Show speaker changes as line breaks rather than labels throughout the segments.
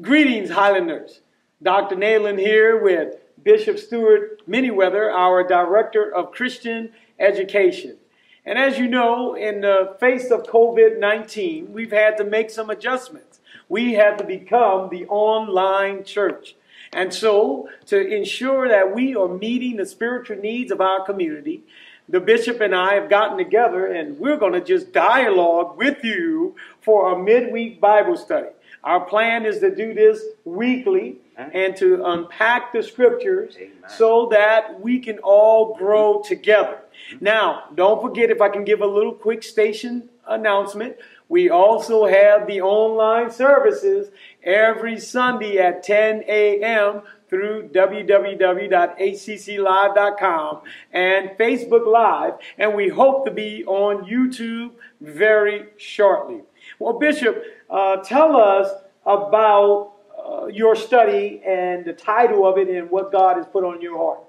Greetings, Highlanders. Dr. Nalen here with Bishop Stuart Manyweather, our Director of Christian Education. And as you know, in the face of COVID 19, we've had to make some adjustments. We have to become the online church. And so, to ensure that we are meeting the spiritual needs of our community, the bishop and I have gotten together and we're going to just dialogue with you for a midweek Bible study. Our plan is to do this weekly and to unpack the scriptures so that we can all grow together. Now, don't forget if I can give a little quick station announcement. We also have the online services every Sunday at 10 a.m. through www.acclive.com and Facebook Live, and we hope to be on YouTube very shortly. Well, Bishop, uh, tell us about uh, your study and the title of it and what God has put on your heart.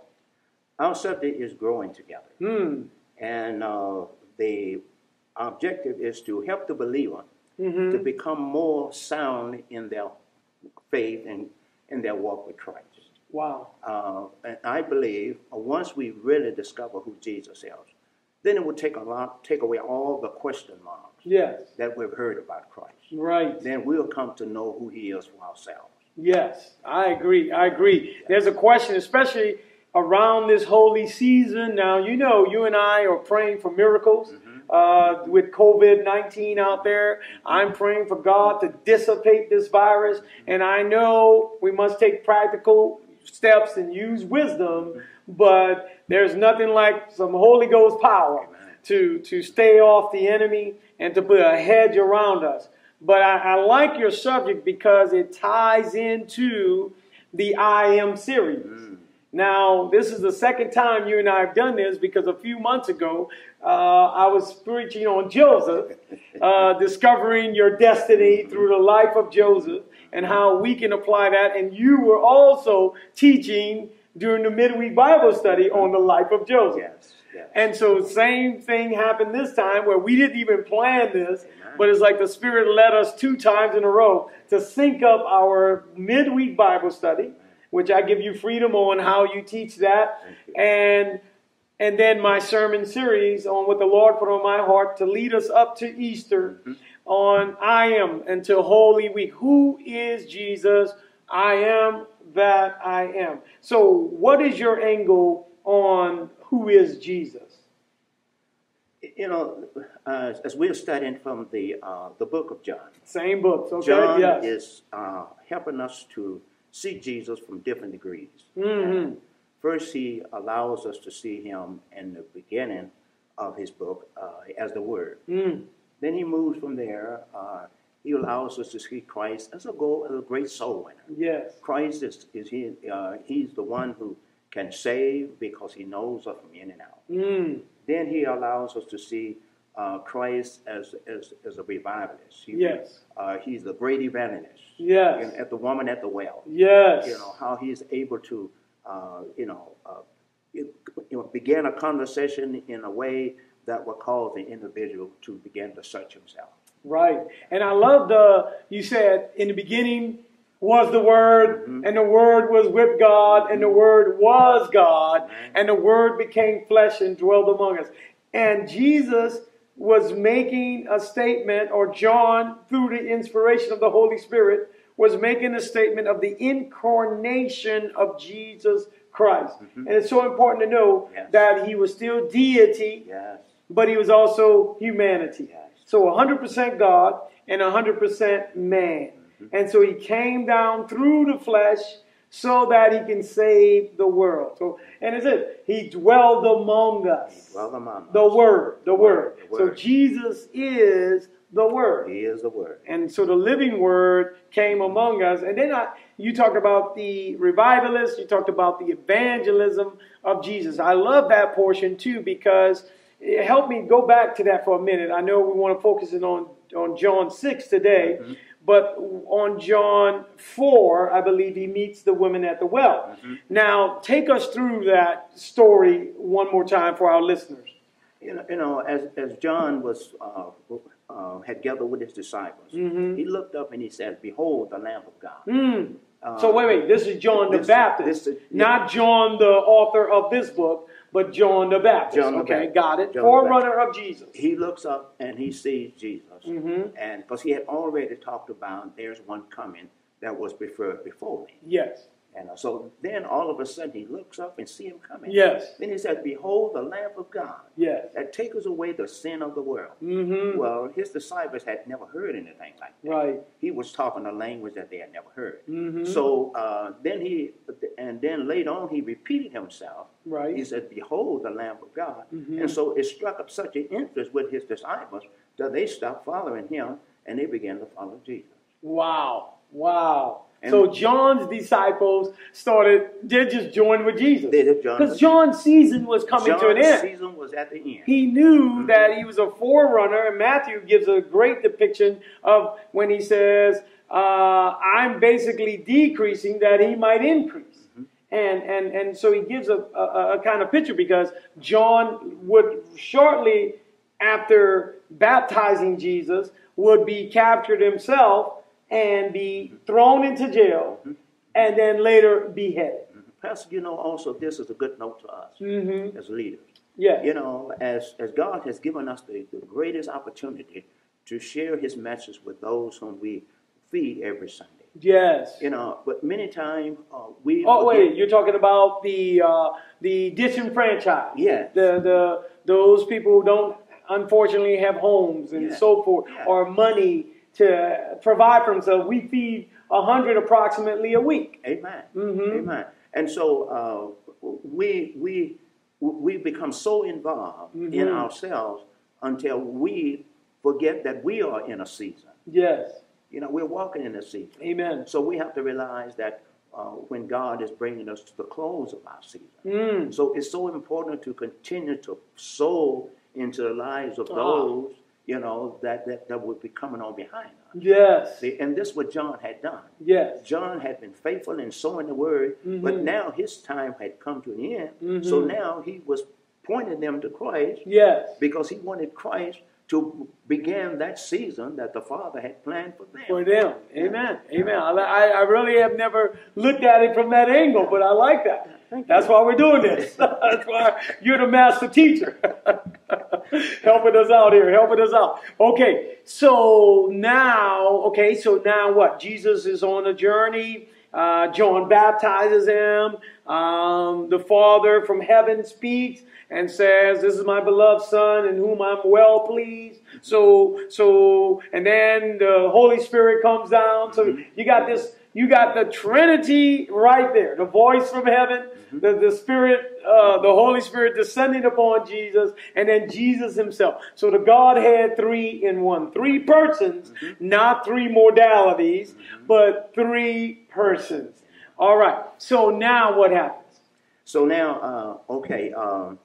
Our subject is growing together. And uh, the objective is to help the believer to become more sound in their faith and in their walk with Christ.
Wow.
Uh, and I believe uh, once we really discover who Jesus is, then it will take a lot, take away all the question marks
Yes.
that we've heard about Christ.
Right.
Then we'll come to know who He is for ourselves.
Yes, I agree. I agree. There's a question, especially around this holy season. Now, you know, you and I are praying for miracles uh, with COVID 19 out there. I'm praying for God to dissipate this virus. And I know we must take practical steps and use wisdom, but there's nothing like some Holy Ghost power to, to stay off the enemy and to put a hedge around us. But I, I like your subject because it ties into the I Am series. Now, this is the second time you and I have done this because a few months ago uh, I was preaching on Joseph, uh, discovering your destiny through the life of Joseph and how we can apply that. And you were also teaching during the midweek Bible study on the life of Joseph.
Yes. yes.
And so same thing happened this time where we didn't even plan this,
Amen.
but it's like the Spirit led us two times in a row to sync up our midweek Bible study, which I give you freedom on how you teach that, and and then my sermon series on what the Lord put on my heart to lead us up to Easter
Mm-hmm.
on I am until Holy Week. Who is Jesus? I am that I am. So what is your angle on who is Jesus?
you know, uh, as we're studying from the uh, the book of John,
Same books, okay?
John
yes.
is uh, helping us to see Jesus from different degrees.
Mhm.
First, he allows us to see him in the beginning of his book uh, as the Word.
Mm.
Then he moves from there. Uh, he allows us to see Christ as a goal, as a great soul winner.
Yes.
Christ is, is he, uh, he's the one who can save because he knows us from in and out.
Mm.
Then he allows us to see uh, Christ as, as, as a revivalist. He-
Yes.
uh, he's a great evangelist.
Yes.
And at the woman at the well.
Yes.
You know, how he's able to, uh, you know, uh, you you know, begin a conversation in a way that will cause the individual to begin to search himself.
Right. And I love the, you said, in the beginning was the Word, and the Word was with God, and the Word was God, and the Word became flesh and dwelled among us. And Jesus was making a statement, or John, through the inspiration of the Holy Spirit, was making a statement of the incarnation of Jesus Christ. And it's so important to know
Yes.
that he was still deity
Yes.
but he was also humanity.
Yes.
So 100% God and 100% man. And so he came down through the flesh so that he can save the world. So, and it's it. He dwelled among us.
Well, the mama.
The Word, the Word.
The
So
Word.
Jesus is the Word
He is the word.
and so the living word came among us and then I, you talked about the revivalist you talked about the evangelism of jesus i love that portion too because it helped me go back to that for a minute i know we want to focus in on, on john 6 today but on john 4 i believe he meets the woman at the well now take us through that story one more time for our listeners
you know, you know as, as John was uh, uh, had gathered with his disciples,
Mm-hmm.
he looked up and he said, "Behold, the Lamb of God." Uh,
So wait, wait. This is John the
This-
Baptist,
this is-
not John the author of this book, but John the Baptist.
John the
okay,
Baptist.
got it.
John the
Forerunner of Jesus.
He looks up and he sees Jesus,
Mm-hmm.
and because he had already talked about there's one coming that was preferred before me,
Yes.
and uh, so then all of a sudden he looks up and see him coming.
Yes.
Then he says, "Behold, the Lamb of God."
Yes.
that takes away the sin of the world.
Mm-hmm.
Well, his disciples had never heard anything like that.
Right.
He was talking a language that they had never heard.
Mhm.
So uh, then he, and then later on, he repeated himself. He
Right.
said, "Behold, the Lamb of God."
Mhm.
And so it struck up such an interest with his disciples that they stopped following him and they began to follow Jesus.
Wow. Wow.
And-
so John's disciples started. They just joined with Jesus
They did John.
because John's season was coming to an
John's
end.
season was at the end.
he knew that he was a forerunner, and Matthew gives a great depiction of when he says, uh, "I'm basically decreasing that he might increase," and and and so he gives a, a, a kind of picture because John would shortly after baptizing Jesus would be captured himself and be thrown into jail, and then later beheaded.
Pastor, you know, also this is a good note to us
Mhm.
as leaders.
Yes.
you know, as, as God has given us the, the greatest opportunity to share his message with those whom we feed every Sunday.
Yes.
You know, but many times uh, we.
Oh wait,
forget-
you're talking about the uh, the disenfranchised.
Yes.
The the those people who don't unfortunately have homes and
Yes.
so forth
Yes.
or money to provide for themselves. We feed a hundred approximately a week.
Amen.
Mm-hmm.
Amen. And so uh, we, we, we become so involved
Mm-hmm.
in ourselves until we forget that we are in a season.
Yes.
You know, we're walking in a season.
Amen.
So we have to realize that uh, when God is bringing us to the close of our season,
Mm.
so it's so important to continue to sow into the lives of
Ah.
those you know that, that that would be coming on behind us.
Yes.
See, and this is what John had done.
Yes.
John had been faithful in sowing the word,
Mm-hmm.
but now his time had come to an end. So now he was pointing them to Christ
Yes.
because he wanted Christ to begin that season that the Father had planned for them.
For them. Amen. Amen. I, li- I I really have never looked at it from that angle, but I like that. That's why we're doing this. That's why you're the master teacher. helping us out here, helping us out. Okay, so now, okay, so now what? Jesus is on a journey. Uh, John baptizes him. Um, the Father from heaven speaks and says, "This is my beloved Son, in whom I'm well pleased." So, so, and then the Holy Spirit comes down. So you got this. You got the Trinity right there. The voice from heaven,
Mm-hmm.
the, the Spirit, uh, the Holy Spirit descending upon Jesus, and then Jesus himself. So the Godhead three in one. Three persons,
Mm-hmm.
not three modalities, but three persons. All right. So now what happens?
So now, uh, okay, um,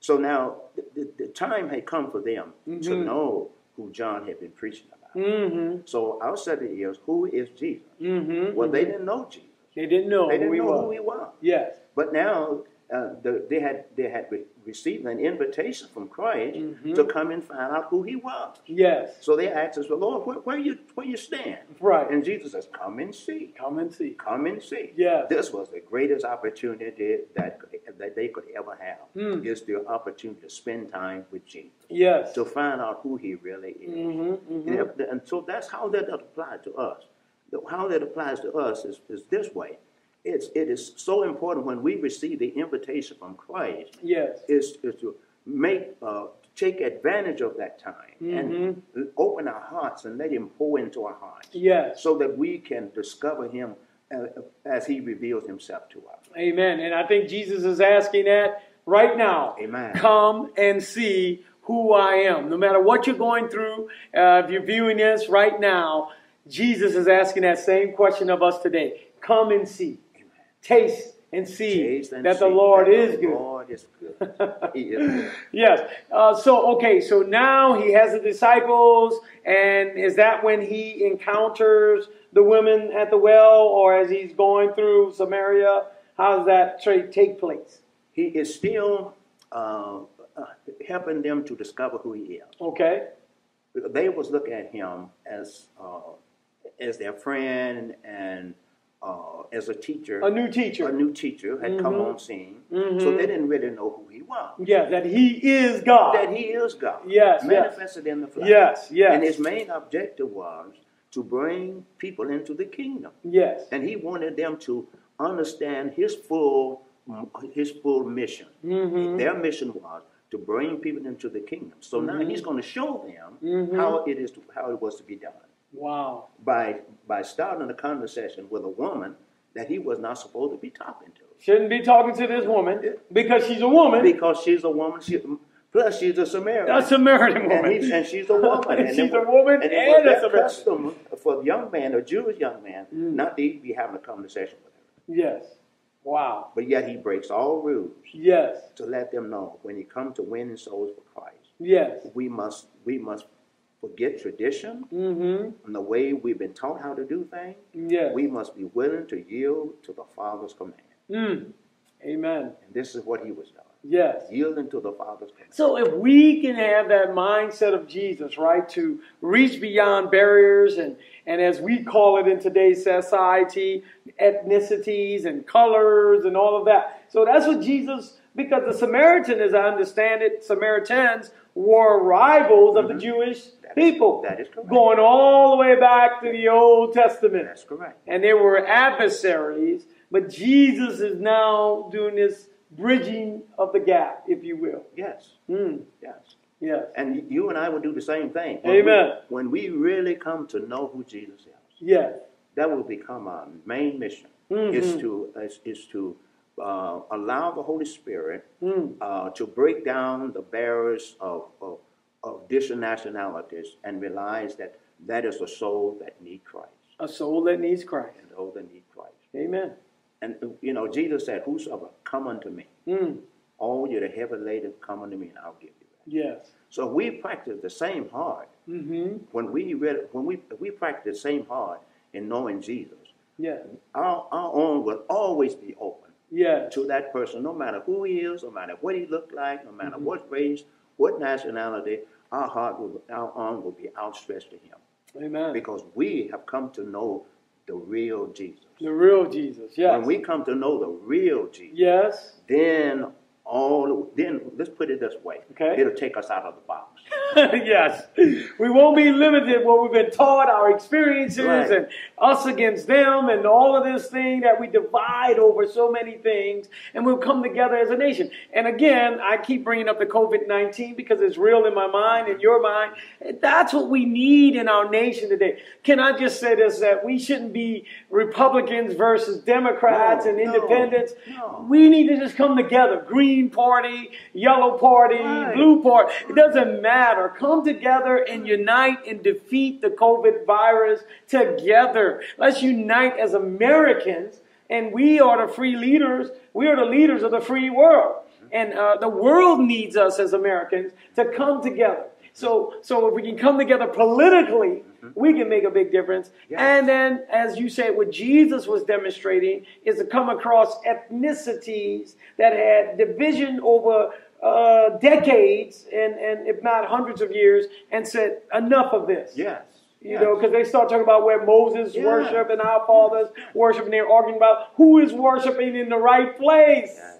so now the, the, the time had come for them to know who John had been preaching about.
Mm-hmm.
So our study is who is Jesus?
Mm-hmm.
Well, they didn't know Jesus.
They didn't know
They
who
didn't
he
know who
was.
he was.
Yes.
But now uh, the, they had they had re- received an invitation from Christ
Mm-hmm.
to come and find out who he was.
Yes.
So they asked us, "Well, Lord, where, where you where you stand?"
Right.
And Jesus says, "Come and see."
Come and see.
come and see.
Yes.
This was the greatest opportunity that, could, that they could ever have.
Hmm.
Is the opportunity to spend time with Jesus.
Yes.
To find out who he really is.
Mhm,
And, if- and so that's how that applies to us. The- How that applies to us is, is this way. It's, it is so important when we receive the invitation from Christ
Yes.
is, is to make, uh, take advantage of that time and open our hearts and let him pour into our hearts
Mm-hmm. Yes.
so that we can discover him uh, as he reveals himself to us.
Amen. And I think Jesus is asking that right now.
Amen.
Come and see who I am. No matter what you're going through, uh, if you're viewing this right now, Jesus is asking that same question of us today. Come and see. Taste and see
Taste and
that the
see
Lord
that
is
the
good.
Lord is good. he is good.
Yes. Uh, so okay. So now he has the disciples, and is that when he encounters the women at the well, or as he's going through Samaria? How does that tra- take place?
He is still uh, uh, helping them to discover who he is.
Okay.
They was looking at him as uh, as their friend and uh, as a teacher.
A new teacher. Mm-hmm.
A new teacher had come on scene, so they didn't really know who he was.
Yeah, that he is God.
That he is God.
Yes, yes.
manifested in the flesh.
Yes, yes.
And his main objective was to bring people into the kingdom,
yes.
and he wanted them to understand his full his full mission.
Mm-hmm.
Their mission was to bring people into the kingdom. So now
Mm-hmm.
he's going to show them how it is to, how it was to be done
wow.
by by starting a conversation with a woman that he was not supposed to be talking to
Shouldn't be talking to this woman because she's a woman.
because she's a woman. She, plus, she's a Samaritan.
a Samaritan
and,
woman.
he- and she's a woman.
And
it
she's
was-
a woman
it
and
was
a
their
Samaritan. Mm.
custom for a young man, a Jewish young man, not to even be having a conversation with her.
yes. Wow.
But yet he breaks all rules
Yes.
to let them know when he comes to winning souls for Christ,
Yes.
we must we must forget tradition
Mm-hmm.
and the way we've been taught how to do things.
Yes.
We must be willing to yield to the Father's command.
Mm. Amen.
And this is what he was doing.
Yes.
Yielding to the Father's command.
So if we can have that mindset of Jesus, right, to reach beyond barriers and and as we call it in today's society, ethnicities and colors and all of that. So that's what Jesus because the Samaritan, as I understand it, Samaritans were rivals of the Jewish
Mm-hmm. That is-
people.
that is correct.
Going all the way back to the Old Testament.
That's correct.
and they were adversaries. But Jesus is now doing this bridging of the gap, if you will.
Yes.
Mm,
Yes.
yes.
And you and I would do the same thing.
Amen.
We, when we really come to know who Jesus is,
Yes.
that will become our main mission. Is to is, is to uh, allow the Holy Spirit uh, to break down the barriers of of, of different nationalities and realize that that is a soul that need Christ,
A soul that needs Christ.
a soul that need Christ.
Amen.
And you know, Jesus said, "Whosoever come unto me, all you that heavy laden, come unto me, and I'll give you." rest."
Yes.
So we practice the same heart
Mm-hmm.
when we read, when we we practice the same heart in knowing Jesus.
Yes.
Our our own will always be open
Yes.
to that person, no matter who he is, no matter what he looked like, no
Mm-hmm.
matter what race, what nationality. Our heart will, our arm will be outstretched to him
Amen.
because we have come to know the real Jesus.
The real Jesus. Yes.
When we come to know the real Jesus.
yes.
then all then let's put it this way
Okay.
it'll take us out of the box
yes. We won't be limited what we've been taught, our experiences,
Right.
and us against them, and all of this thing that we divide over so many things, and we'll come together as a nation. And again, I keep bringing up the COVID 19 because it's real in my mind, in your mind. That's what we need in our nation today. Can I just say this that we shouldn't be Republicans versus Democrats
No,
and
no,
independents?
no.
We need to just come together. Green Party, Yellow Party,
Right.
Blue part. It doesn't matter. Come together and unite and defeat the COVID virus together. Let's unite as Americans, and we are the free leaders. We are the leaders of the free world, and uh, the world needs us as Americans to come together. So, so if we can come together politically, we can make a big difference.
Yes.
And then, as you said, what Jesus was demonstrating is to come across ethnicities that had division over uh, decades and, and if not hundreds of years, and said, enough of this.
yes
You know, because they start talking about where Moses
Yeah.
worshiped and our fathers worshiped, and they're arguing about who is worshiping in the right place.
yes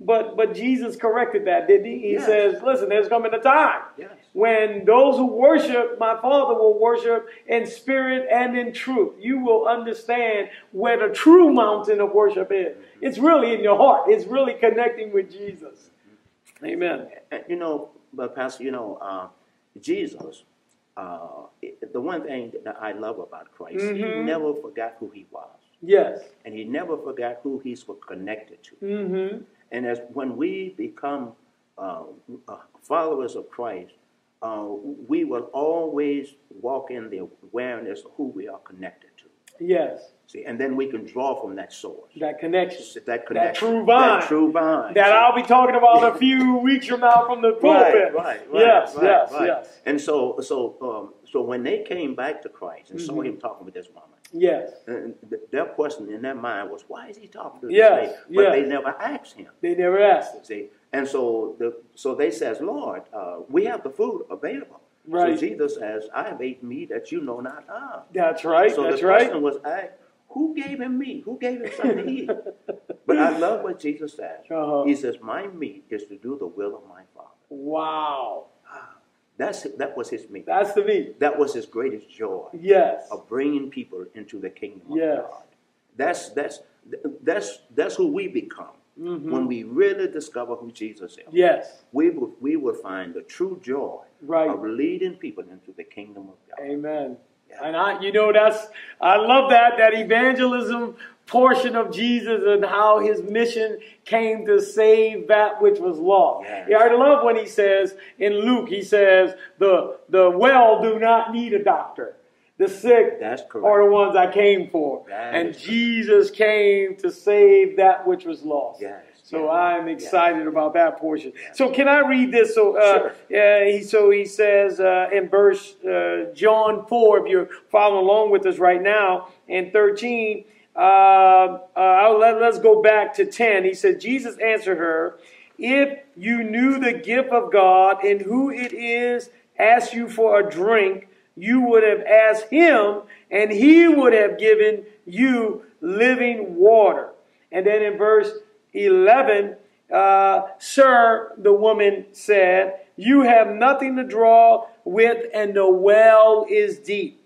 But but Jesus corrected that, didn't he? He
Yes.
says, listen, there's coming a time
Yes.
when those who worship my Father will worship in spirit and in truth. You will understand where the true mountain of worship is. It's really in your heart. It's really connecting with Jesus. Amen.
And, you know but pastor you know uh, jesus uh, it- the one thing that i love about christ
Mm-hmm.
he never forgot who he was
Yes.
and he never forgot who he's connected to mm-hmm. and as when we become uh, uh, followers of christ uh, we will always walk in the awareness of who we are connected to
Yes.
See, and then we can draw from that source,
That connection.
that, connection,
true vine.
that true vine,
That I'll be talking about a few weeks from now from the pulpit.
right, right, right,
yes,
right,
yes,
right.
yes,
And so, so, um, so when they came back to Christ and
Mm-hmm.
saw him talking with this woman,
yes.
and th- their question in their mind was, "Why is he talking to this
Yes,
lady?" But
yes.
they never asked him.
They never asked us.
See, And so the so they says, Lord, uh, we have the food available.
Right.
So Jesus says, I have ate meat that you know not of.
That's right.
So
that's
the
right.
question was asked, who gave him meat? Who gave him something to eat? But I love what Jesus says.
Uh-huh.
He says, My meat is to do the will of my Father.
Wow.
That's that was his meat.
That's the meat.
That was his greatest joy
Yes.
of bringing people into the kingdom of
Yes.
Oh, God. That's that's that's that's who we become
Mm-hmm.
when we really discover who Jesus is.
Yes.
We will we will find the true joy
Right.
of leading people into the kingdom of God.
Amen.
Yeah.
And I, you know, that's I love that that evangelism portion of Jesus and how his mission came to save that which was lost.
Yes.
Yeah, I love when he says in Luke, he says the the well do not need a doctor. The sick
That's
are
correct.
the ones I came for.
That
and
is correct.
Jesus came to save that which was lost.
Yes,
So
yes,
I'm
yes.
excited about that portion. So can I read this? So uh,
Sure.
yeah, he, so he says uh, in verse uh, John 4, if you're following along with us right now, in 13, uh, uh, I'll let, let's go back to 10. He said, Jesus answered her, If you knew the gift of God and who it is asked you for a drink, you would have asked him, and he would have given you living water. And then in verse 11, uh, Sir, the woman said, You have nothing to draw with, and the well is deep.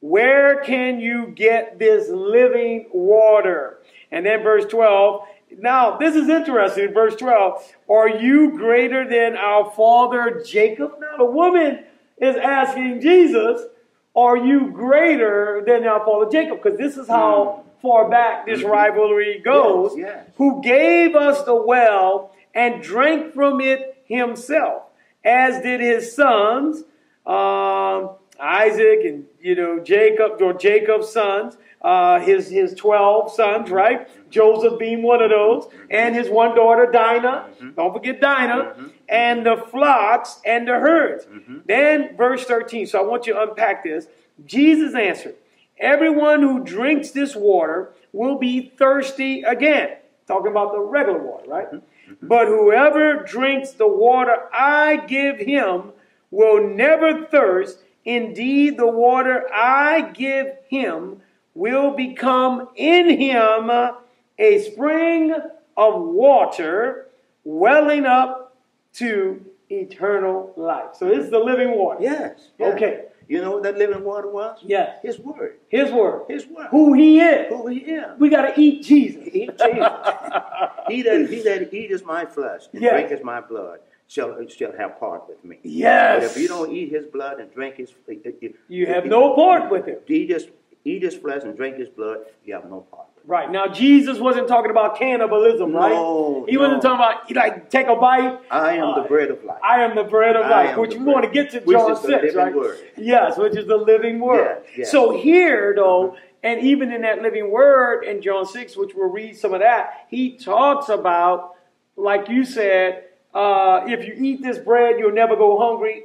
Where can you get this living water? And then verse 12. Now, this is interesting. Verse 12. Are you greater than our father Jacob? Now, the woman is asking Jesus, Are you greater than our father Jacob? Because this is how far back this rivalry goes.
Yes, yes.
Who gave us the well and drank from it himself, as did his sons um, Isaac and you know Jacob or Jacob's sons, uh, his his twelve sons,
Mm-hmm.
right? Joseph being one of those, and his one daughter Dinah.
Mm-hmm.
Don't forget Dinah, and the flocks and the herds.
Mm-hmm.
Then verse thirteen. So I want you to unpack this. Jesus answered, "Everyone who drinks this water will be thirsty again." Talking about the regular water, right?
Mm-hmm.
But whoever drinks the water I give him will never thirst. Indeed, the water I give him will become in him a spring of water welling up to eternal life. So this is the living water.
Yes, yes.
Okay.
You know what that living water was?
Yes.
His word.
His word.
His word.
Who he is.
Who he is.
We got to eat Jesus.
Eat Jesus. he that he that eateth my flesh and
Yes.
drinketh my blood shall shall have part with me. But
Yes.
if you don't eat his blood and drink his,
You have no part with him.
Eat his, eat his flesh and drink his blood, you have no part. with him.
Right. Now, Jesus wasn't talking about cannibalism, right?
No,
he wasn't
no.
talking about, like, take a bite.
I am the
Uh,
bread of life.
I am the bread of
I
life,
am
which
the
we
bread,
want to get to
which
John
is the
6,
living
right?
word.
Yes, which is the living word.
Yes, yes.
So here, though, and even in that living word in John 6, which we'll read some of that, he talks about, like you said, uh, if you eat this bread, you'll never go hungry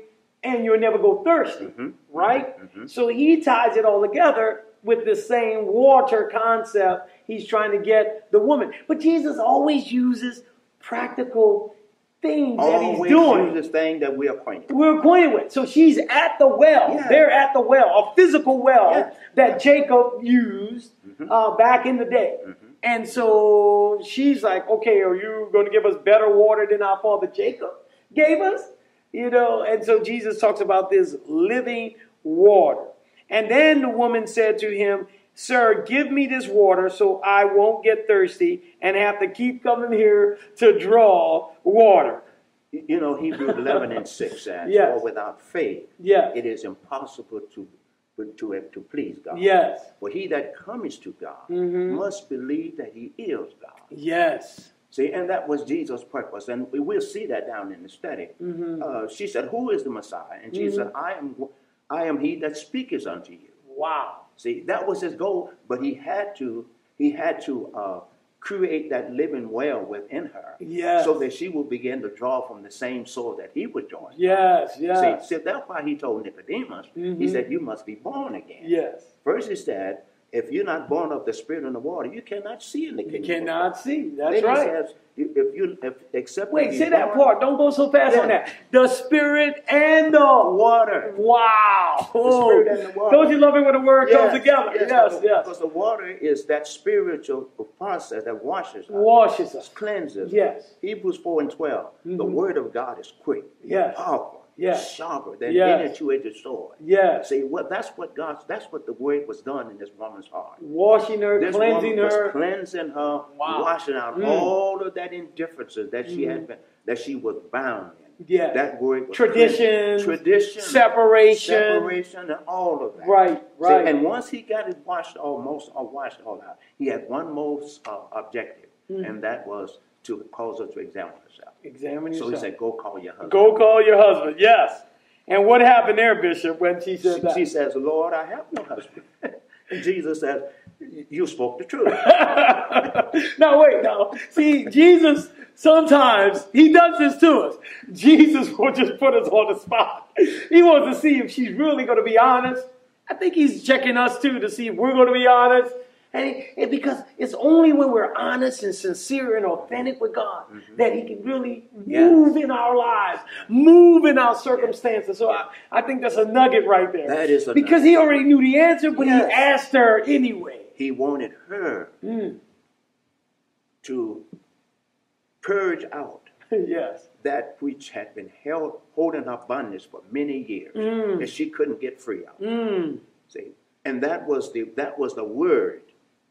and you'll never go thirsty,
Mm-hmm.
right? So he ties it all together with the same water concept he's trying to get the woman. But Jesus always uses practical things that he's
Always
doing
do this thing that we are acquainted. with.
we're acquainted with. So she's at the well.
Yeah.
They're at the well, a physical well
Yeah. Mm-hmm.
that Jacob used uh, back in the day. And so she's like, okay, are you going to give us better water than our father Jacob gave us? You know, and so Jesus talks about this living water. And then the woman said to him, Sir, give me this water so I won't get thirsty and have to keep coming here to draw water.
You- You know Hebrews eleven and six says,
Yes.
"For without faith,
Yes.
it is impossible to to to please God.
Yes. Mm-hmm.
For he that cometh to God must believe that he is God."
Yes.
See, and that was Jesus' purpose, and we- we'll see that down in the study.
Mm-hmm.
Uh, she said, "Who is the Messiah?" And Jesus said, "I am, I am he that speaketh unto you."
Wow.
See, that was his goal, but he had to, he had to uh, create that living well within her,
Yes.
so that she would begin to draw from the same source that he was drawing.
Yes,
See,
yes. Mm-hmm.
see, that's why he told Nicodemus, he said, "You must be born again."
Yes.
First he said, If you're not born of the Spirit and the water, you cannot see in the
You
kingdom.
cannot see.
Of God.
That's
Then he
right.
says, you- if you, if, except
Wait,
you
say
be
that
born
part. Don't go so fast on
Yeah.
that. The spirit and the
of Water.
wow.
spirit and the water.
Don't you love it when the word comes together? Yes, yes.
because, because the water is that spiritual process that washes us,
Washes us.
cleanses.
Yes. Mm-hmm.
us. Hebrews 4 and 12. The word of God is quick,
Yes.
powerful,
Yes.
sharper than
Yes.
any two-edged sword.
Yes.
See, what that's what God's that's what the word was done in this woman's heart.
Washing her,
This
cleansing
woman was
her. Mm.
cleansing her,
Wow.
washing out all of that indifferences that she had been that she was bound in.
Mm. Yeah.
That word was
Traditions,
cleansing. tradition,
separation.
separation, and all of that.
Right,
See,
right.
and once he got it washed almost or washed all out, he had one most uh, objective,
Mm.
and that was to cause her to examine herself.
Examine
So
yourself.
he said, "Go call your husband."
Go call your husband. Yes. And what happened there, Bishop, when she said
She,
that?
she says, Lord, I have no husband. and Jesus says, You spoke the truth.
no, wait, no. See, Jesus sometimes he does this to us. Jesus will just put us on the spot. He wants to see if she's really going to be honest. I think he's checking us too to see if we're going to be honest. And, he- and because it's only when we're honest and sincere and authentic with God that He can really
Mm-hmm. Yes.
move in our lives, move in our circumstances. So I, I think that's a nugget right there.
That is a
because He already knew the answer, but
Yes.
He asked her anyway.
he wanted her to purge out
yes.
that which had been held holding her bondage for many years and she couldn't get free of. See, and that was the that was the word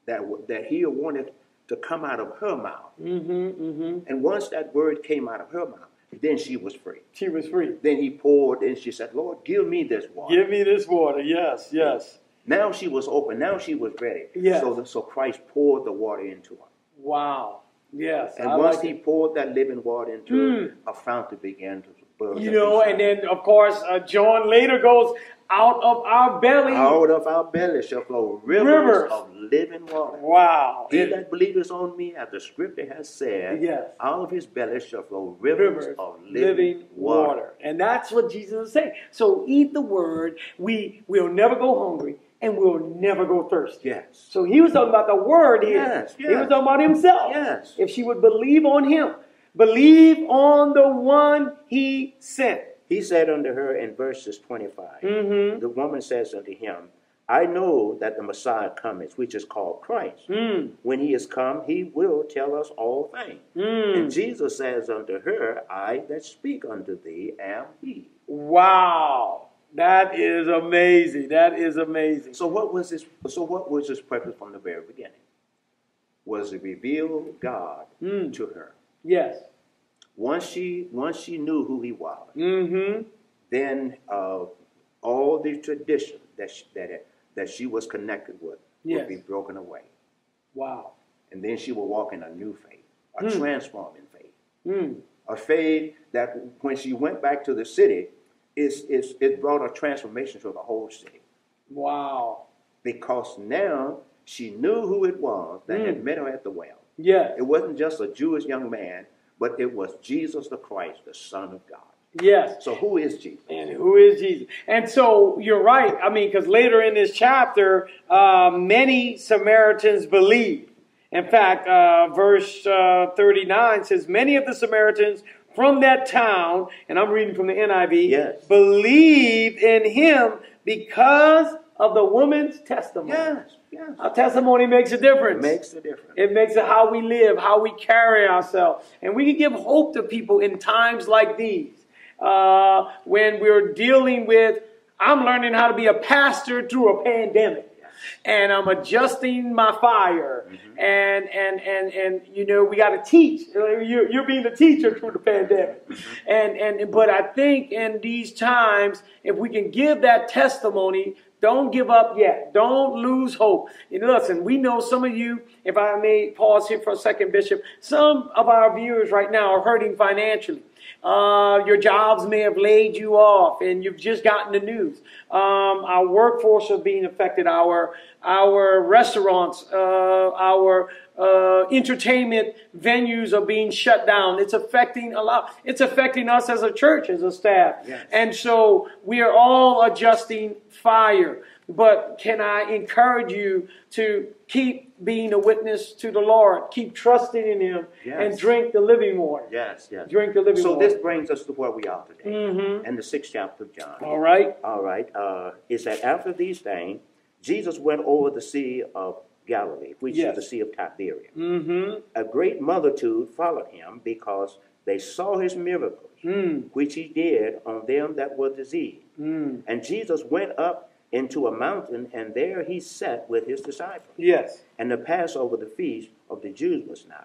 that w- that he wanted to come out of her mouth. And once that word came out of her mouth, then she was free.
She was free.
Then he poured, and she said, "Lord, give me this water."
Give me this water. Yes, yes.
Now she was open. Now she was ready.
Yes.
So, so Christ poured the water into her.
Wow. Yes.
And
I
once
like
he
it. Hmm.
poured that living water into her, a fountain began to burst.
you know, and then of course uh, John later goes out of our belly.
out of our belly shall flow rivers,
Rivers.
of living water.
Wow.
He
It-
that believeth on me, as the scripture has said,
Yes.
out of his belly shall flow rivers,
rivers
of living,
living
water.
water. And that's what Jesus is saying. So eat the word. We will never go hungry and we'll never go thirsty.
Yes.
So he was talking about the word here.
Yes,
He was
yes.
talking about himself.
Yes.
If she would believe on him, believe on the one he sent.
He said unto her in verses 25,
Mm-hmm.
the woman says unto him, I know that the Messiah cometh, which is called Christ.
Mm.
When he is come, he will tell us all things.
Mm. Hmm.
And Jesus says unto her, I that speak unto thee am he.
Wow. That is amazing. That is amazing.
So what was his so what was his purpose from the very beginning? Was to reveal God to her.
Yes.
Once she once she knew who he was,
Mm-hmm.
then uh, all the tradition that she, that it- that she was connected with
Yes.
would be broken away,
Wow.
and then she would walk in a new faith, a transforming faith,
Mm.
a faith that when she went back to the city, it's, it's, it brought a transformation to the whole city
Wow.
because now she knew who it was that
Mm.
had met her at the well.
Yes.
It wasn't just a Jewish young man, but it was Jesus the Christ, the Son of God.
Yes.
So who is Jesus?
And who is Jesus? And so you're right. I mean, because later in this chapter, uh, many Samaritans believe. In fact, uh, verse uh, 39 says, Many of the Samaritans from that town, and I'm reading from the NIV,
Yes.
believed in him because of the woman's testimony.
Yes, yes.
Our testimony makes a difference.
It makes a difference.
It makes it how we live, how we carry ourselves. And we can give hope to people in times like these uh, when we're dealing with, I'm learning how to be a pastor through a pandemic. And I'm adjusting my fire, and and and and you know we got to teach. Uh, You're, you're being a teacher through the pandemic, and and but I think in these times, if we can give that testimony, don't give up yet. Don't lose hope. And listen, we know some of you, if I may pause here for a second, Bishop, some of our viewers right now are hurting financially. Uh, your jobs may have laid you off and you've just gotten the news. Um, our workforce are being affected, our, our restaurants, uh, our uh, entertainment venues are being shut down. It's affecting a lot. It's affecting us as a church, as a staff.
Yes.
And so we are all adjusting fire. But can I encourage you to keep being a witness to the Lord? Keep trusting in Him and
Yes.
drink the living water.
Yes, yes.
Drink the living
so
water. Mm-hmm.
this brings us to where we are today, and the sixth chapter of John.
All right?
All right. Uh, is that after these things, Jesus went over the Sea of Galilee, which
Yes.
is the Sea of Tiberias.
Mm-hmm.
A great multitude followed him because they saw his miracles,
Hmm.
which he did on them that were diseased. And Jesus went up into a mountain, and there he sat with his disciples
Yes.
and the Passover, the feast of the Jews, was nigh.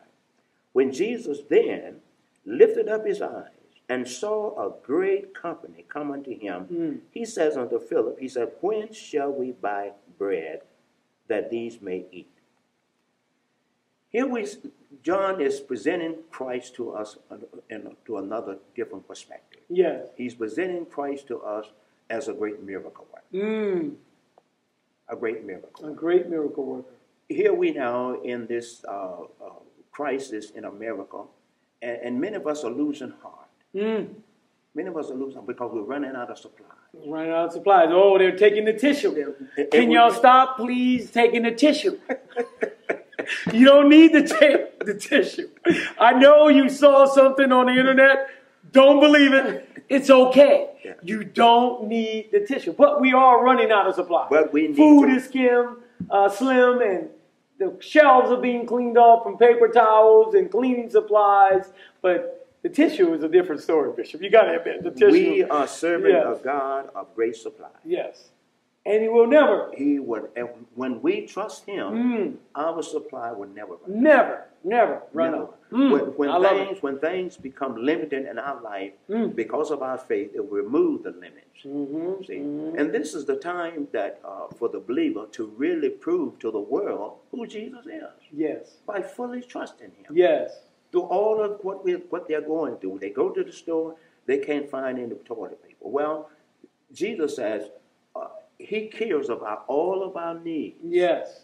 When Jesus then lifted up his eyes and saw a great company come unto him, he says unto Philip, He said, When shall we buy bread that these may eat? Here we, s- John is presenting Christ to us and- and to another different perspective.
Yes.
He's presenting Christ to us as a great miracle worker,
Mm.
a great miracle.
A great miracle worker.
here we now in this uh, uh, crisis in America, and, and many of us are losing heart.
Mm.
Many of us are losing because we're running out of supply.
Running out of supplies. Oh, they're taking the tissue.
It-
Can
it
y'all
would-
stop, please, taking the tissue? you don't need to take the tissue. I know you saw something on the internet. Don't believe it. It's okay.
Yeah.
You don't need the tissue. But we are running out of supply.
But we need
Food
to-
is skim, uh, slim, and the shelves are being cleaned off from paper towels and cleaning supplies. But the tissue is a different story, Bishop. You got to admit, the tissue.
We uh, are serving
Yes.
a God of great supply.
Yes. And he will never
He would, and when we trust Him,
Mm.
our supply will never run.
Never, never run
Never.
out. Mm.
When, when
I love it. Mm.
things when things become limited in our life because of our faith, it will remove the limits.
Mm-hmm,
See, and this is the time that uh, for the believer to really prove to the world who Jesus is.
Yes,
by fully trusting him.
yes,
Through all of what we what they're going through, they go to the store, they can't find any toilet paper. Well, Jesus says uh, he cares about all of our needs.
yes,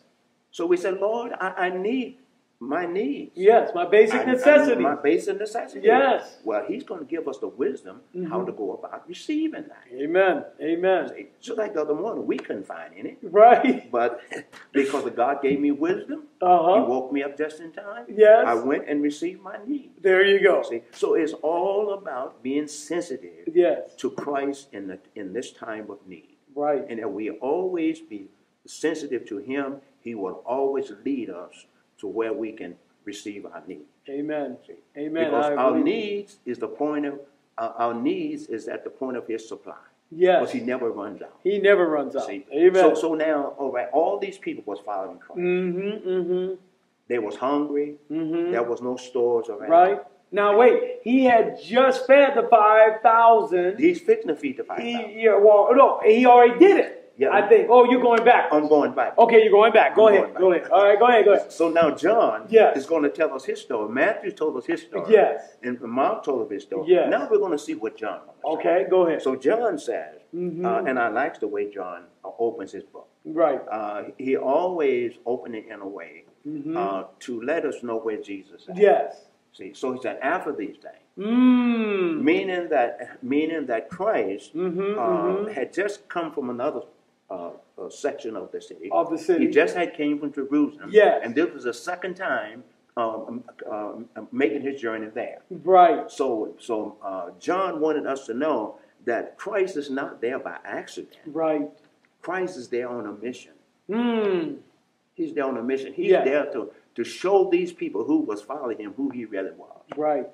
So we say, Lord, I, I need my needs.
yes. My
I-
basic
I need
necessity.
my basic necessity.
Yes. Mm-hmm.
Well, he's going to give us the wisdom how to go about receiving that.
Amen, amen.
So like the other morning, we couldn't find any.
Right?
But because God gave me wisdom,
Uh
He
huh.
woke me up just in time.
Yes.
I went and received my need.
There you go.
See, so it's all about being sensitive
Yes,
to Christ in the, in this time of need,
right.
and that we always be sensitive to Him. He will always lead us to where we can receive our need.
Amen, amen.
Because
I
our
agree.
needs is the point of our our needs is at the point of His supply, because
Yes,
He never runs out.
he never runs out.
See, so
Amen.
so now, all right, all these people was following Christ.
Mm-hmm, mm-hmm,
They was hungry.
mm-hmm.
There was no stores around.
Right? Now, wait, he had just fed the 5,000.
He's fixing to feed the five thousand.
He, yeah, well, no, he already did it.
Yeah.
I think. Oh, you're going back.
I'm going back.
Okay, you're going back. Go
I'm
ahead.
going
Go
back.
ahead. All right, go ahead. Go ahead.
So now John
Yes.
is going to tell us his story. Matthew told us his story.
Yes.
And Mark told us his story.
Yes.
Now we're going to see what John. wants.
Okay, go ahead.
So John says,
Mhm.
uh, and I like the way John uh, opens his book.
right.
Uh, he always opened it in a way
Mhm.
uh, to let us know where Jesus is.
Yes.
See, so he said after these things,
Mm.
meaning that meaning that Christ
Mhm,
uh,
mhm.
had just come from another uh, uh, section of the city.
Of the city.
He just had came from Jerusalem.
Yes.
And this was the second time um, um, um, making his journey there.
Right.
So, so uh, John wanted us to know that Christ is not there by accident.
Right.
Christ is there on a mission.
Mm.
He's there on a mission. He's
Yeah.
there to, to show these people who was following him who he really was.
Right.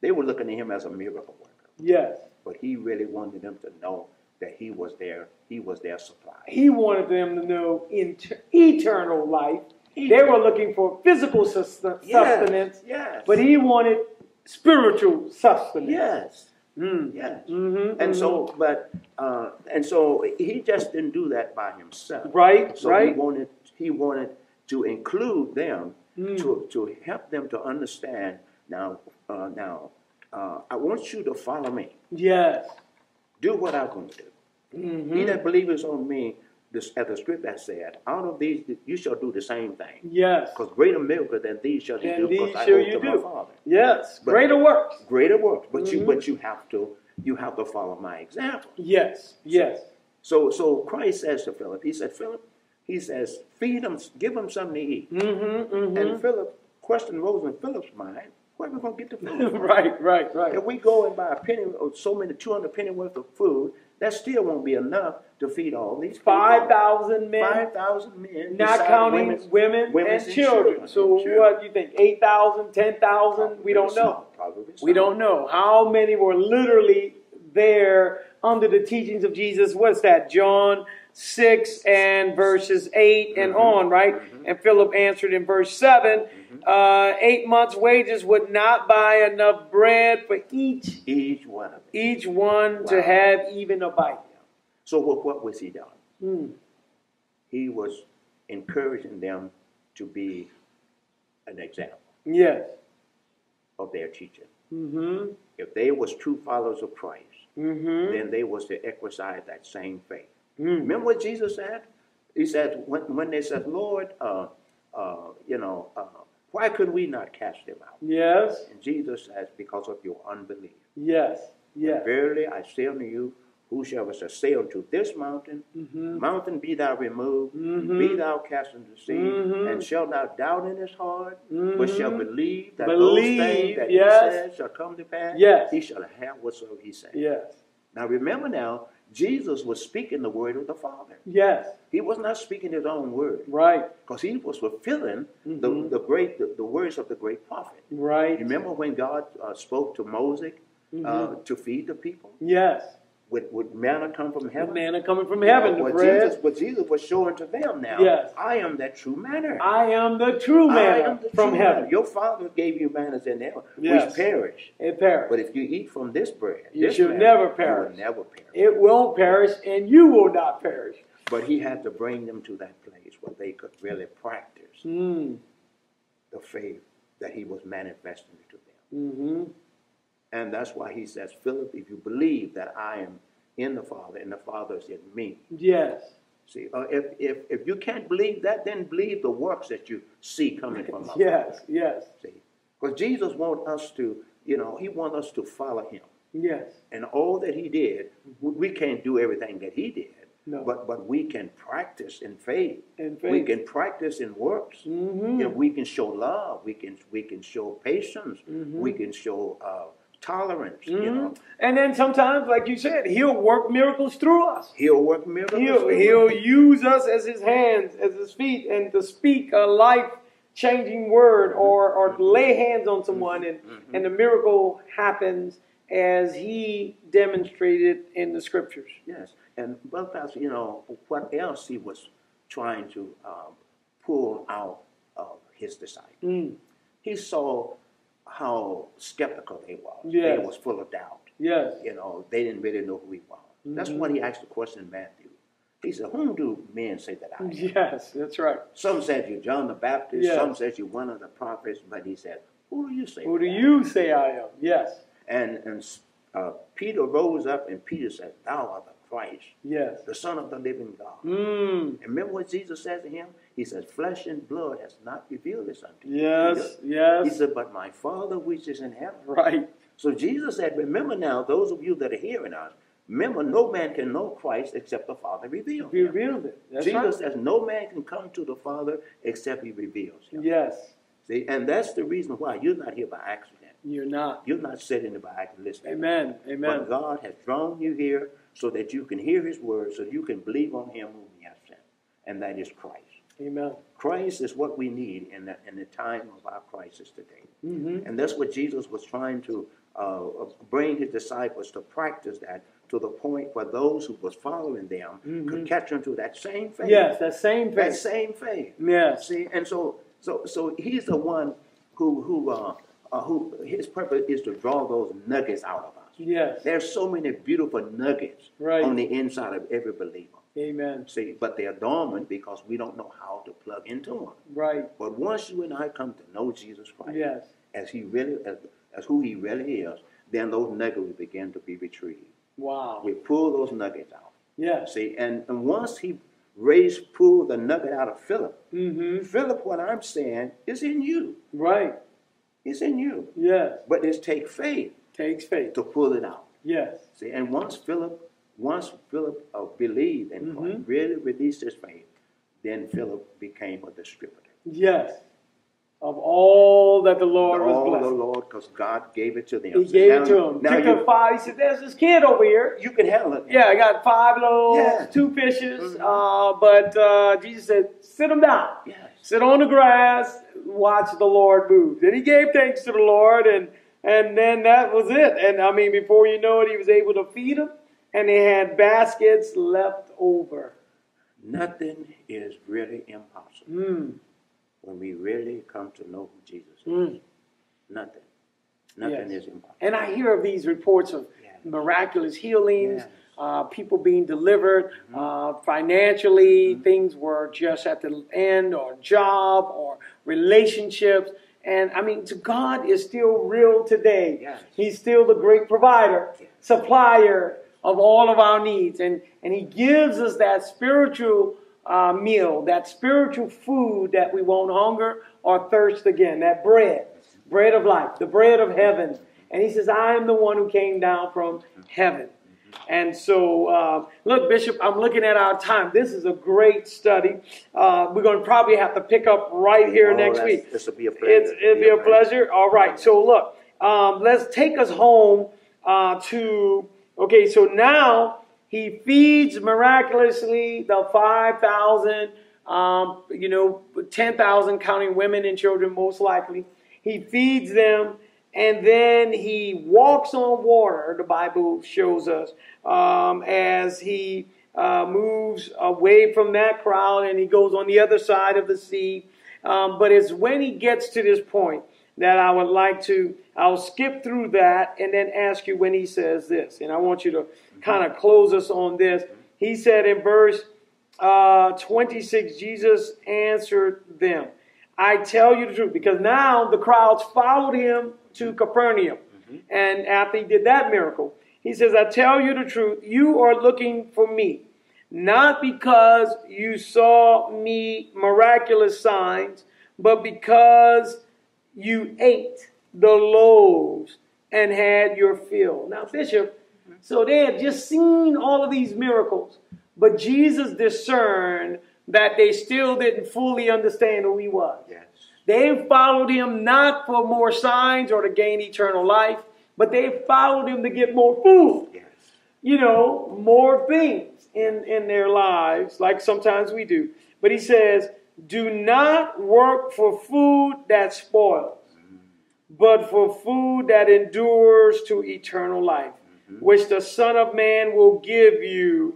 They were looking at him as a miracle worker,
Yes.
but he really wanted them to know that he was there. He was their supply.
He wanted them to know inter- eternal life. They were looking for physical susten- sustenance,
Yes.
but he wanted spiritual sustenance.
Yes.
Mm.
Yes.
Mhm,
And
mhm.
so, but, uh, and so he just didn't do that by himself.
Right,
So he
right.
wanted, he wanted to include them
Mm.
to, to help them to understand. Now, uh, now, uh, I want you to follow me.
Yes. Mm-hmm.
Do what I'm going to do. He that believes on me, this, as the script has said, out of these you shall do the same thing.
Yes.
Because greater miracles than these shall you
Than
do,
these
because I
shall
owe
you
to my
do.
Father.
Yes.
But-
Greater works.
Greater works, but you
Mm-hmm.
but you have to you have to follow my example.
Yes. Yes.
So so Christ says to Philip, he said, Philip, he says, feed him, give him something to eat.
Mm-hmm. mm-hmm.
And Philip, question rose in Philip's mind, where are we gonna get the food? from?
right. Right. Right.
If we go and buy a penny or so many two hundred penny worth of food, that still won't be enough to feed all these people.
Five thousand men.
Five thousand men,
not
besides
counting
women's-
women,
women's
and children. So
and children.
what do you think? 8,000, 10,000? We don't
Probably
know.
small, probably
We
small.
don't know. How many were literally there under the teachings of Jesus? What's that? John 6 and verses 8 and
Mm-hmm.
on, right? And Philip answered in verse 7 uh, Eight months' wages would not buy enough bread for each
Each one of them.
each one to
Wow.
have even a bite.
So what, what was he doing?
Hmm.
He was encouraging them to be an example
Yes.
of their teacher.
Mm
If they was true followers of Christ,
hmm. Mm
then they was to exercise that same faith.
hmm. Mm.
Remember what Jesus said? He said, when, when they said, Lord, uh, uh, you know, uh, why could we not cast them out?
Yes.
And Jesus says, because of your unbelief.
Yes. Yes.
Verily I say unto you, whosoever shall say unto this mountain,
Mm-hmm.
mountain be thou removed, be thou cast into the sea,
Mhm.
and shall not doubt in his heart, but shall
Mhm.
believe that
Believe,
those things that
yes.
he says shall come to pass,
Yes.
he shall have whatsoever he says.
Yes.
Now remember now, Jesus was speaking the word of the Father.
Yes.
He was not speaking his own word,
Right.
because he was fulfilling
Mhm.
the, the great the, the words of the great prophet.
Right. Mm-hmm.
Remember when God uh, spoke to Moses uh, to feed the people?
Yes.
Would, would manna come from
The
heaven?
manna coming from heaven, the
what
bread.
Jesus, what Jesus was showing to them now,
Yes.
I am that true manner.
I am the true manna from heaven.
Your father gave you manners in heaven,
Yes.
which perish.
It perish.
But if you eat from this bread,
You
this
shall
manna,
never
you will
perish.
never perish.
It won't perish, and you will not perish.
But he had to bring them to that place where they could really practice
Mm.
the faith that he was manifesting to them.
Mm-hmm.
And that's why he says, Philip, if you believe that I am in the Father and the Father is in me,
Yes.
See, uh, if, if, if you can't believe that, then believe the works that you see coming from us.
Yes. Yes.
See, because Jesus wants us to, you know, he wants us to follow him.
Yes.
And all that he did, we we can't do everything that he did,
No.
but, but we can practice in faith.
In
We
faith.
can practice in works.
Mm-hmm.
You know, we can show love. We can, we can show patience.
Mm-hmm.
We can show uh, tolerance, you know.
And then sometimes, like you said, he'll work miracles through us.
He'll work miracles.
He'll, he'll use us as his hands, as his feet, and to speak a life changing word or, or lay hands on someone, and, and the miracle happens as he demonstrated in the scriptures.
Yes, and but that's you know what else he was trying to um, pull out of his disciples.
Mm.
He saw how skeptical they was.
Yes.
They was full of doubt.
Yes.
You know, they didn't really know who he was. That's
Mm-hmm.
why he asked the question in Matthew. He said, "Whom do men say that I am?"
Yes, that's right.
Some said you John the Baptist.
Mm-hmm. Yes.
Some said you one of the prophets. But he said, "Who do you say?"
Who do
that I am?"
you say I am? Yes.
And and uh, Peter rose up and Peter said, "Thou art the Christ,
Yes.
the Son of the Living God."
Mm.
And remember what Jesus said to him? He says, Flesh and blood has not revealed this unto you.
Yes.
He
Yes.
said, But my Father which is in heaven.
Right.
So Jesus said, Remember now, those of you that are hearing us, remember no man can know Christ except the Father reveal
He
him.
revealed it. That's
Jesus
right.
says, No man can come to the Father except he reveals him.
Yes.
See, and that's the reason why you're not here by accident.
You're not.
You're not sitting there by accident listening.
Amen. Amen.
But God has drawn you here so that you can hear his word, so you can believe on him whom he has sent. And that is Christ.
Amen.
Christ is what we need in the, in the time of our crisis today. And that's what Jesus was trying to uh, bring his disciples to practice that to the point where those who was following them could catch on to that same faith.
Mm-hmm. Yes, that same
That
face.
same faith.
Yes.
See, and so, so, so he's the one who, who, uh, uh, who his purpose is to draw those nuggets out of us.
Yes.
There's so many beautiful nuggets
Right.
on the inside of every believer.
Amen.
See, but they're dormant because we don't know how to plug into them.
Right.
But once you and I come to know Jesus Christ
Yes.
as he really as, as who he really is, then those nuggets begin to be retrieved.
Wow.
We pull those nuggets out.
Yes.
See, and, and once he Race pulled the nugget out of Philip.
Mm-hmm.
Philip, what I'm saying is in you.
Right.
It's in you.
Yes.
But it's take faith
Takes faith.
to pull it out.
Yes.
See, and once Philip, once Philip uh, believed and
Mhm.
really released his faith, then Philip became a distributor.
Yes. Of all that the Lord
All
was
the
blessed.
Lord, because God gave it to them.
He
So
gave
now-
it to him.
Now
Picked up
you,
five. He said, "There's this kid over here.
you can handle it.
Yeah, I got five loaves,
Yeah.
two fishes.
Mhm.
Uh, but uh, Jesus said, sit him down.
Yes.
sit on the grass, watch the Lord move. Then he gave thanks to the Lord, and and then that was it. And I mean, before you know it, he was able to feed them, and they had baskets left over.
Nothing is really impossible
Mm,
when we really come to know who Jesus is.
mm.
Nothing. Nothing
Yes.
is impossible.
And I hear of these reports of
Yeah.
miraculous healings,
Yes.
uh, people being delivered
Mm-hmm.
uh, financially, things were just at the end, or job, or relationships. And I mean, to God is still real today.
Yes.
He's still the great provider,
Yes.
supplier of all of our needs. And, and He gives us that spiritual uh, meal, that spiritual food that we won't hunger or thirst again, that bread, bread of life, the bread of heaven. And He says, I am the one who came down from heaven. And so, uh, look, Bishop, I'm looking at our time. This is a great study. Uh, we're going to probably have to pick up right here
Oh,
next
that's-
week.
This will be a pleasure.
It's, it'd be a pleasure. All right. So look, um, let's take us home uh, to. Okay, so now he feeds miraculously the five thousand, um, you know, ten thousand counting women and children most likely. He feeds them, and then he walks on water. The Bible shows us um, as he uh, moves away from that crowd and he goes on the other side of the sea. Um, but it's when he gets to this point that I would like to, I'll skip through that and then ask you when he says this. And I want you to kind of close us on this. He said in verse uh, 26, Jesus answered them, I tell you the truth, because now the crowds followed him to Capernaum. And after he did that miracle, he says, I tell you the truth, you are looking for me not because you saw me miraculous signs, but because you ate the loaves and had your fill. Now, Bishop, so they had just seen all of these miracles, but Jesus discerned that they still didn't fully understand who he was.
Yes.
They followed him not for more signs or to gain eternal life, but they followed him to get more food
Yes.
you know, more things in, in their lives, like sometimes we do. But he says, do not work for food that spoils, but for food that endures to eternal life, which the Son of Man will give you.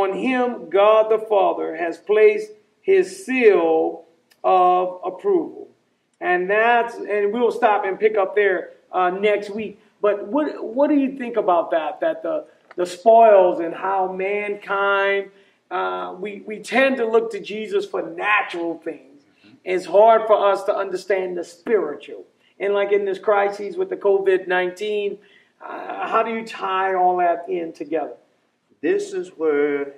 On him, God the Father has placed his seal of approval. And that's and we'll stop and pick up there uh, next week. But what what do you think about that? That the the spoils and how mankind uh, we we tend to look to Jesus for natural things. It's hard for us to understand the spiritual. And like in this crisis with the COVID nineteen, uh, how do you tie all that in together?
This is where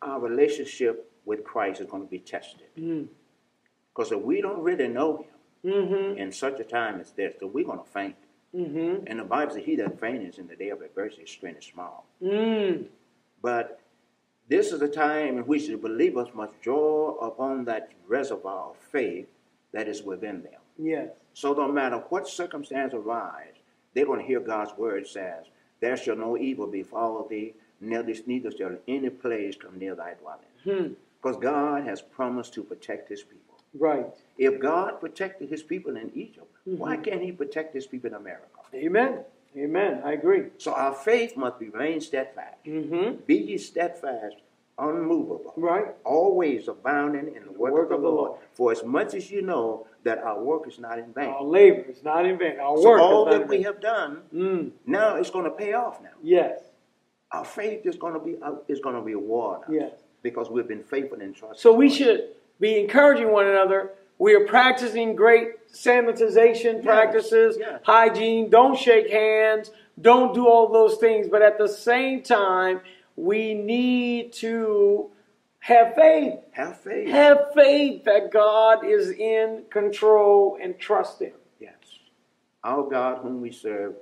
our relationship with Christ is going to be tested.
Mm-hmm.
Because if we don't really know Him in such a time as this, then we're going to faint.
Mm-hmm.
And the Bible says, He that faints in the day of adversity, his strength is small.
Mm.
But this is a time in which the believers must draw upon that reservoir of faith that is within them.
Yes.
So no matter what circumstance arise, they're going to hear God's word says, There shall no evil befall thee, neither, neither shall any plague come near thy
Hmm.
dwelling. Because God has promised to protect his people.
Right.
If God protected his people in Egypt,
Mm-hmm.
why can't he protect his people in America?
Amen. Amen. I agree.
So our faith must remain steadfast.
Mm-hmm.
Be ye steadfast, unmovable,
Right.
always abounding in the work, of the, Lord.
Lord.
For as much as you know that our work is not in vain.
Our labor is not in vain. Our
so
work
all
is not
that
in
we
vain.
have done
Mm,
Now it's going to pay off. Now
yes.
our faith is going to be uh, is going to reward us
Yes.
because we've been faithful and trusting.
So we
God.
should be encouraging one another. We are practicing great sanitization practices,
yes.
hygiene. Don't shake hands. Don't do all those things. But at the same time, we need to have faith.
Have faith.
Have faith that God is in control and trust Him.
Yes. Our God, whom we serve,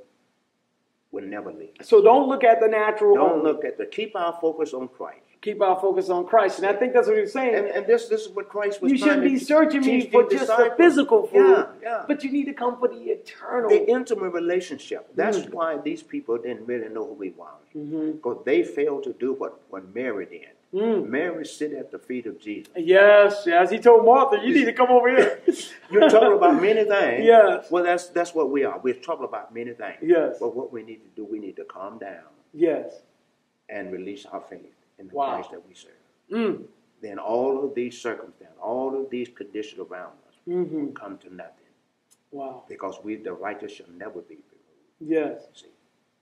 will never leave. us.
So don't look at the natural.
Don't
only.
look at the. Keep our focus on Christ.
Keep our focus on Christ. And I think that's what he's saying.
And, and this, this is what Christ was.
you
trying
shouldn't be
to
searching
teach
me for
the
just the
disciples.
physical food,
Yeah, yeah.
but you need to come for the eternal.
the intimate relationship. That's
Mm.
why these people didn't really know who we were.
Mm-hmm.
Because they failed to do what, what Mary did.
Mm.
Mary sit at the feet of Jesus.
yes, yes. He told Martha, you need to come over here.
You're troubled about many things.
Yes.
Well, that's that's what we are. We're troubled about many things.
Yes.
But what we need to do, we need to calm down
yes.
and release our faith in the
Wow.
Christ that we serve.
Mm.
Then all of these circumstances, all of these conditions around us
Mhm.
come to nothing.
Wow.
Because we the righteous shall never be removed.
Yes.
See.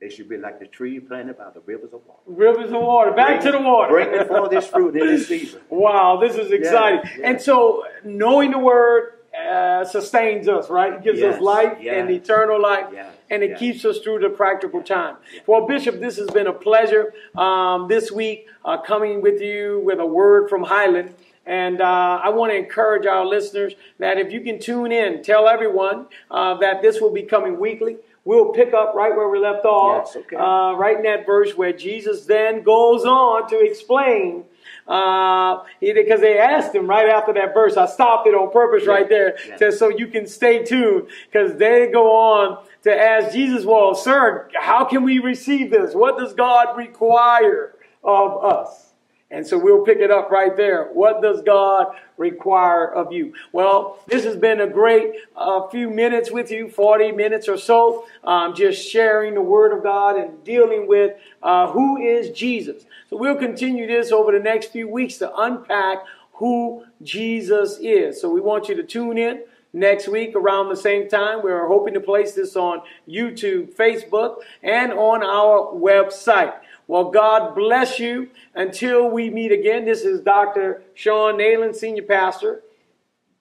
They should be like the tree planted by the rivers of water.
Rivers of water. Back to the water.
Bringing forth this fruit in this season.
Wow, this is exciting.
yeah.
And so, knowing the word uh, sustains us, right? It gives us
Yes,
life
yes.
and eternal life,
Yes,
and it
yes.
keeps us through the practical time. Well, Bishop, this has been a pleasure um, this week uh, coming with you with a word from Highland. And uh, I want to encourage our listeners that if you can tune in, tell everyone uh, that this will be coming weekly. We'll pick up right where we left off,
Yes, okay.
uh, right in that verse where Jesus then goes on to explain uh, because they asked him right after that verse. I stopped it on purpose right there
yeah.
to- so you can stay tuned because they go on to ask Jesus, well, sir, how can we receive this? What does God require of us? And so we'll pick it up right there. What does God require of you? Well, this has been a great uh, few minutes with you, 40 minutes or so, um, just sharing the Word of God and dealing with uh, who is Jesus. So we'll continue this over the next few weeks to unpack who Jesus is. So we want you to tune in next week around the same time. We're hoping to place this on YouTube, Facebook, and on our website. Well, God bless you. Until we meet again, this is Dr. Sean Nalen, Senior Pastor.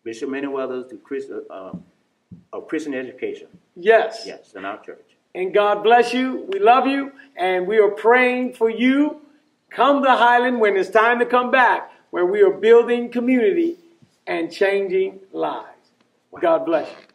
Bishop Manyweather to Chris, uh, of Christian education.
Yes.
Yes, in our church.
And God bless you. We love you. And we are praying for you. Come to Highland when it's time to come back, where we are building community and changing lives. God bless you.